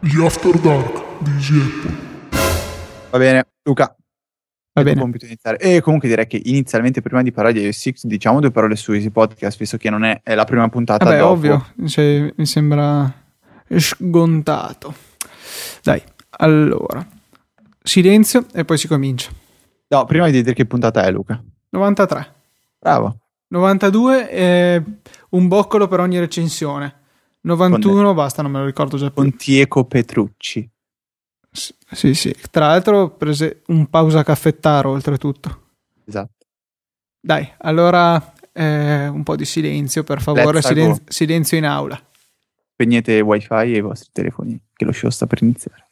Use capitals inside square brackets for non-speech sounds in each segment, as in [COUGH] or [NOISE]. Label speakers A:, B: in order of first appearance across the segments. A: di After Dark di Gieppo.
B: Va bene, Luca.
C: Va
B: è il tuo
C: bene.
B: compito iniziare. E comunque direi che inizialmente, prima di parlare di iOS 6, diciamo due parole su Easy Podcast, visto che non è, è la prima puntata.
C: Vabbè,
B: dopo.
C: ovvio, cioè, mi sembra scontato. Dai, allora, silenzio e poi si comincia.
B: No, prima di dire che puntata è, Luca.
C: 93,
B: Bravo.
C: 92, eh, un boccolo per ogni recensione. 91, basta, non me lo ricordo già più.
B: Pontieco Petrucci.
C: S- Sì, sì. Tra l'altro, prese un pausa caffettaro oltretutto.
B: Esatto.
C: Dai, allora eh, un po' di silenzio, per favore.
B: Let's
C: silen-
B: go.
C: silenzio in aula.
B: Spegnete wifi e i vostri telefoni, che lo show sta per iniziare.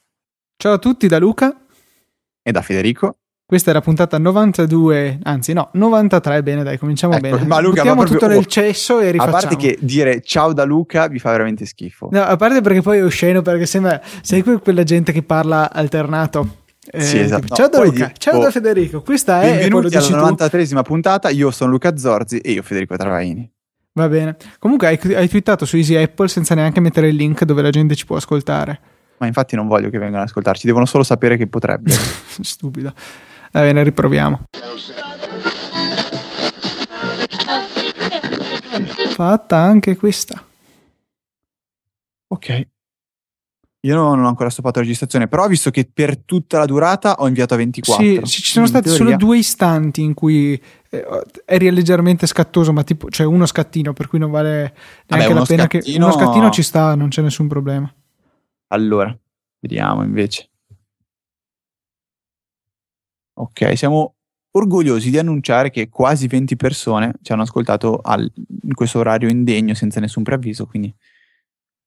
C: Ciao a tutti da Luca.
B: E da Federico.
C: Questa è la puntata 92, anzi no, 93, bene dai, cominciamo
B: Ecco,
C: bene.
B: ma Luca,
C: Buttiamo
B: ma proprio-
C: tutto nel cesso e
B: A
C: rifacciamo.
B: parte che dire ciao da Luca vi fa veramente schifo.
C: No, a parte perché poi è osceno, perché sembra... Sei que- quella gente che parla alternato. Eh,
B: Sì, esatto.
C: tipo, ciao da
B: Poi
C: Luca,
B: di-
C: ciao
B: oh,
C: da Federico, questa è... e poi lo
B: Benvenuti alla
C: dici tu.
B: 93esima puntata, io sono Luca Zorzi e io Federico Travaini.
C: Va bene. Comunque hai, hai twittato su Easy Apple senza neanche mettere il link dove la gente ci può ascoltare. [LAUGHS]
B: Ma infatti non voglio che vengano ad ascoltarci, devono solo sapere che potrebbero.
C: Stupido. Va bene, riproviamo. Fatta anche questa.
B: ok. Io non non ho ancora stoppato la registrazione, però visto che per tutta la durata ho inviato a 24.
C: Sì, sì, ci sono
B: In
C: stati solo
B: teoria-
C: due istanti in cui eh, eri leggermente scattoso, ma tipo c'è uno scattino, per cui non vale neanche
B: uno
C: la pena che
B: scattino- Eh.
C: uno scattino ci sta, non c'è nessun problema.
B: Allora, vediamo invece. Ok, siamo orgogliosi di annunciare che quasi 20 persone ci hanno ascoltato al- in questo orario indegno senza nessun preavviso, quindi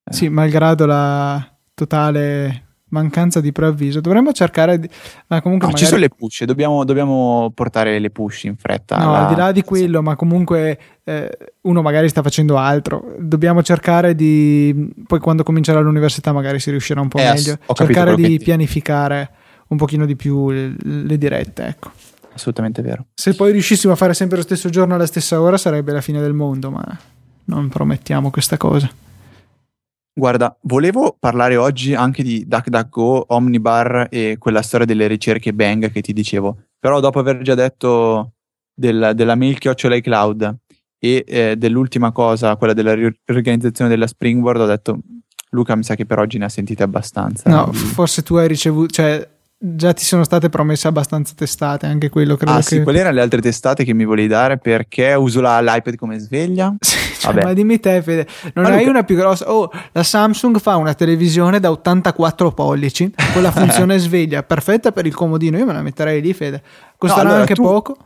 B: Eh.
C: Sì, malgrado la totale mancanza di preavviso, dovremmo cercare di ma comunque
B: No, Ah, ci
C: magari-
B: sono le push, dobbiamo, dobbiamo portare le push in fretta.
C: No,
B: alla-
C: al di là di quello, ma comunque eh, uno magari sta facendo altro. Dobbiamo cercare di. Poi quando comincerà l'università, magari si riuscirà un po'
B: Eh, ass-
C: meglio.
B: ho capito
C: cercare
B: quello che
C: di
B: dici.
C: pianificare un pochino di più le, le dirette. Ecco.
B: Assolutamente vero.
C: Se poi riuscissimo a fare sempre lo stesso giorno alla stessa ora, sarebbe la fine del mondo, ma non promettiamo questa cosa.
B: Guarda, volevo parlare oggi anche di DuckDuckGo, Omnibar e quella storia delle ricerche Bang che ti dicevo, però dopo aver già detto del- della mail chiocciola iCloud e eh, dell'ultima cosa, quella della ri- riorganizzazione della Springboard, ho detto Luca mi sa che per oggi ne ha sentite abbastanza. Ah,
C: No, forse tu hai ricevuto. Cioè, già ti sono state promesse abbastanza testate, anche quello credo
B: ah
C: che.
B: sì, quelle erano le altre testate che mi volevi dare perché uso la- l'iPad come sveglia.
C: [LAUGHS] Sì, cioè,
B: Vabbè.
C: ma dimmi te, Fede, non
B: Ma
C: hai
B: Luca-
C: una più grossa? Oh, la Samsung fa una televisione da 84 pollici con
B: [LAUGHS]
C: la funzione sveglia, perfetta per il comodino. Io me la metterei lì, Fede. Costerà
B: allora,
C: anche
B: tu-
C: poco.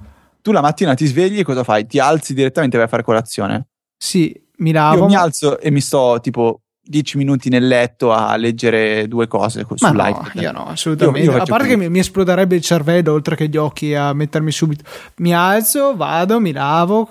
B: Tu la mattina ti svegli e cosa fai? Ti alzi direttamente e vai a fare colazione.
C: Sì, mi
B: Io
C: lavo.
B: mi
C: ma-
B: alzo e mi sto tipo 10 minuti nel letto a leggere due cose co-
C: Ma no,
B: sull'iPad.
C: io no, assolutamente.
B: Io- io
C: a
B: faccio
C: parte che
B: così.
C: mi, mi esploderebbe il cervello oltre che gli occhi a mettermi subito. Mi alzo, vado, mi lavo,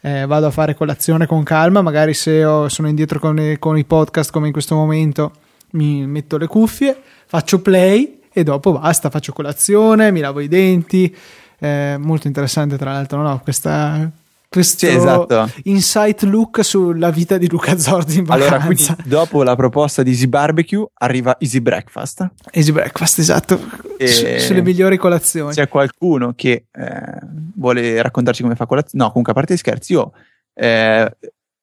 C: eh, vado a fare colazione con calma. Magari se ho- sono indietro con, i- con i podcast come in questo momento, mi metto le cuffie, faccio play e dopo basta. Faccio colazione, mi lavo i denti. Eh, molto interessante, tra l'altro, no? Questa. Questo
B: Sì, esatto.
C: insight look sulla vita di Luca Zorzi in vacanza.
B: Allora, quindi dopo la proposta di Easy Barbecue arriva Easy Breakfast.
C: Easy breakfast, esatto.
B: E-
C: Su- Sulle migliori colazioni.
B: C'è qualcuno che eh, vuole raccontarci come fa colazione? No, comunque a parte gli scherzi, io eh,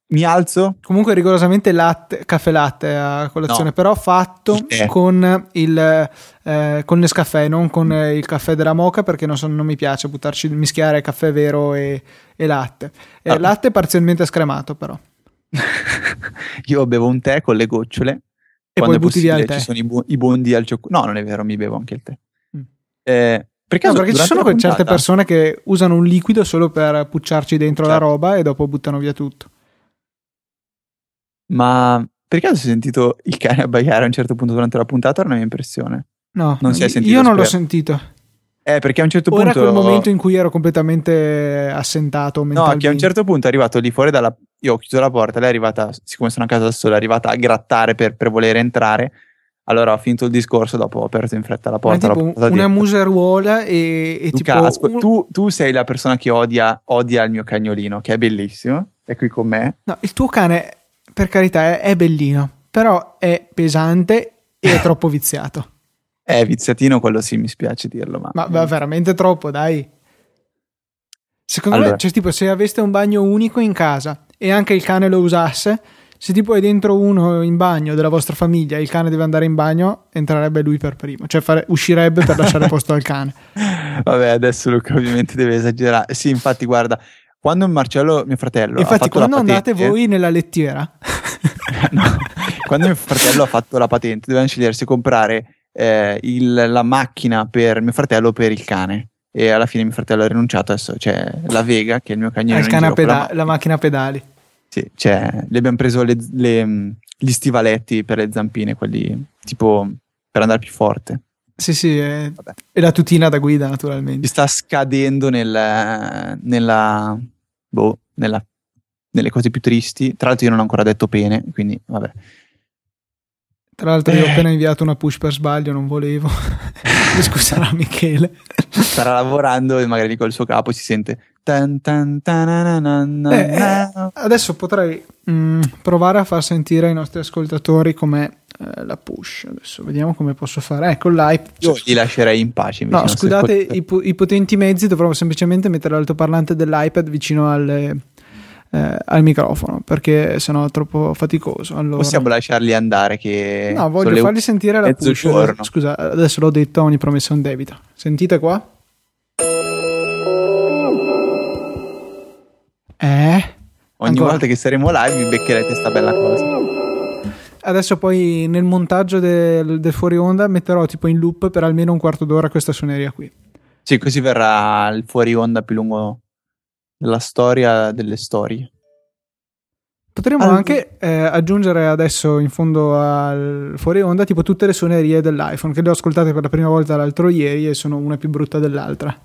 B: mi alzo. [LAUGHS]
C: Comunque rigorosamente latte, caffè latte eh, a colazione,
B: No.
C: però fatto
B: Il tè.
C: con il eh, con Nescafè, non con eh, il caffè della moca perché non, so- non mi piace buttarci, mischiare caffè vero e, e latte. Eh,
B: Ah.
C: Latte parzialmente scremato però.
B: io bevo un tè con le gocciole.
C: E poi
B: Quando è
C: butti via il
B: possibile,
C: tè.
B: Ci sono i, bu- i bondi al cioccolato. No, non è vero, mi bevo anche il tè.
C: Mm.
B: Eh, per
C: No,
B: caso,
C: perché ci
B: durante
C: sono
B: la
C: que- certe
B: puntata-
C: persone che usano un liquido solo per pucciarci dentro la
B: Certo.
C: roba e dopo buttano via tutto.
B: Ma per caso hai sentito il cane abbaiare a un certo punto durante la puntata? Non è mia impressione.
C: No,
B: Non si è sentito,
C: io non l'ho
B: spero.
C: sentito.
B: Eh, perché a un certo
C: Ora
B: punto.
C: quel momento in cui ero completamente assentato
B: No, che
C: mentalmente.
B: a un certo punto è arrivato lì fuori dalla. Io ho chiuso la porta, lei è arrivata, siccome sono a casa da sola, è arrivata a grattare per, per voler entrare. Allora ho finito il discorso, dopo ho aperto in fretta la
C: Ma
B: porta. l'ho
C: tipo
B: portata
C: una
B: dietro.
C: museruola e, e
B: Luca,
C: tipo
B: ascol-
C: un-
B: tu, tu sei la persona che odia, odia il mio cagnolino, che è bellissimo, è qui con me.
C: no, il tuo cane per carità è, è bellino però è pesante e Sì,
B: [LAUGHS]
C: è troppo viziato.
B: Eh, viziatino quello sì, mi spiace dirlo, ma...
C: Ma, ma veramente troppo, dai. Secondo
B: Allora.
C: me, cioè, tipo, se aveste un bagno unico in casa e anche il cane lo usasse, se tipo è dentro uno in bagno della vostra famiglia e il cane deve andare in bagno, entrerebbe lui per primo, cioè fare- uscirebbe per lasciare posto al
B: [LAUGHS]
C: cane.
B: Vabbè, adesso Luca ovviamente deve esagerare. Sì, infatti, guarda, quando Marcello, mio fratello, ha
C: Infatti,
B: fatto la
C: quando andate
B: patente-
C: voi nella lettiera,
B: [LAUGHS] No,
C: [LAUGHS]
B: quando mio fratello ha fatto la patente, dovevano scegliere se comprare eh, il- la macchina per mio fratello o per il cane. E alla fine mio fratello ha rinunciato. Adesso c'è la Vega, che è il mio cagnolino.
C: al
B: in
C: Eh, cane a
B: giro con la
C: peda-
B: ma-
C: la macchina a pedali.
B: sì, cioè, le abbiamo preso le- le, mh, gli stivaletti per le zampine, quelli tipo per andare più forte.
C: Sì, sì, e,
B: Vabbè.
C: e la tutina da guida,
B: Gli
C: naturalmente.
B: sta scadendo nel- nella, boh, nella- nelle cose più tristi. Tra l'altro, io non ho ancora detto pene, quindi vabbè.
C: Tra l'altro, io ho
B: Eh.
C: appena inviato una push per sbaglio, non volevo. [LAUGHS] Mi scuserà Michele.
B: starà lavorando e magari col suo capo si sente tan tan tananana.
C: Eh, eh, adesso potrei mm, provare a far sentire ai nostri ascoltatori com'è eh, la push. Adesso vediamo come posso fare. Ecco l'hype.
B: io li lascerei in pace invece,
C: No,
B: non so
C: scusate,
B: cosa-
C: i, pu- i potenti mezzi dovrò semplicemente mettere l'altoparlante dell'iPad vicino al, eh, al microfono perché sennò è troppo faticoso. Allora,
B: possiamo lasciarli andare che
C: no,
B: sono le
C: voglio fargli sentire la
B: mezzogiorno.
C: push. Scusa, adesso l'ho detto, ogni promessa è un debito. Sentite qua. Eh?
B: ogni
C: ancora.
B: volta che saremo live vi beccherete sta bella cosa
C: Adesso poi nel montaggio del, del fuori onda metterò tipo in loop per almeno un quarto d'ora questa suoneria qui.
B: sì così verrà il fuori onda più lungo della storia delle storie
C: Potremmo
B: Allora.
C: anche eh, aggiungere adesso in fondo al fuori onda tipo tutte le suonerie dell'iPhone che le ho ascoltate per la prima volta l'altro ieri e sono una più brutta dell'altra.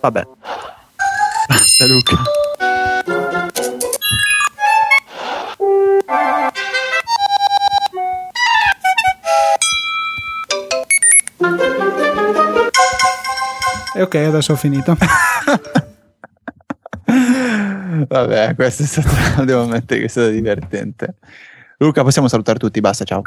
B: vabbè basta Luca
C: E ok, adesso ho finito.
B: [LAUGHS] vabbè questo è stato devo ammettere che è stato divertente Luca possiamo salutare tutti basta ciao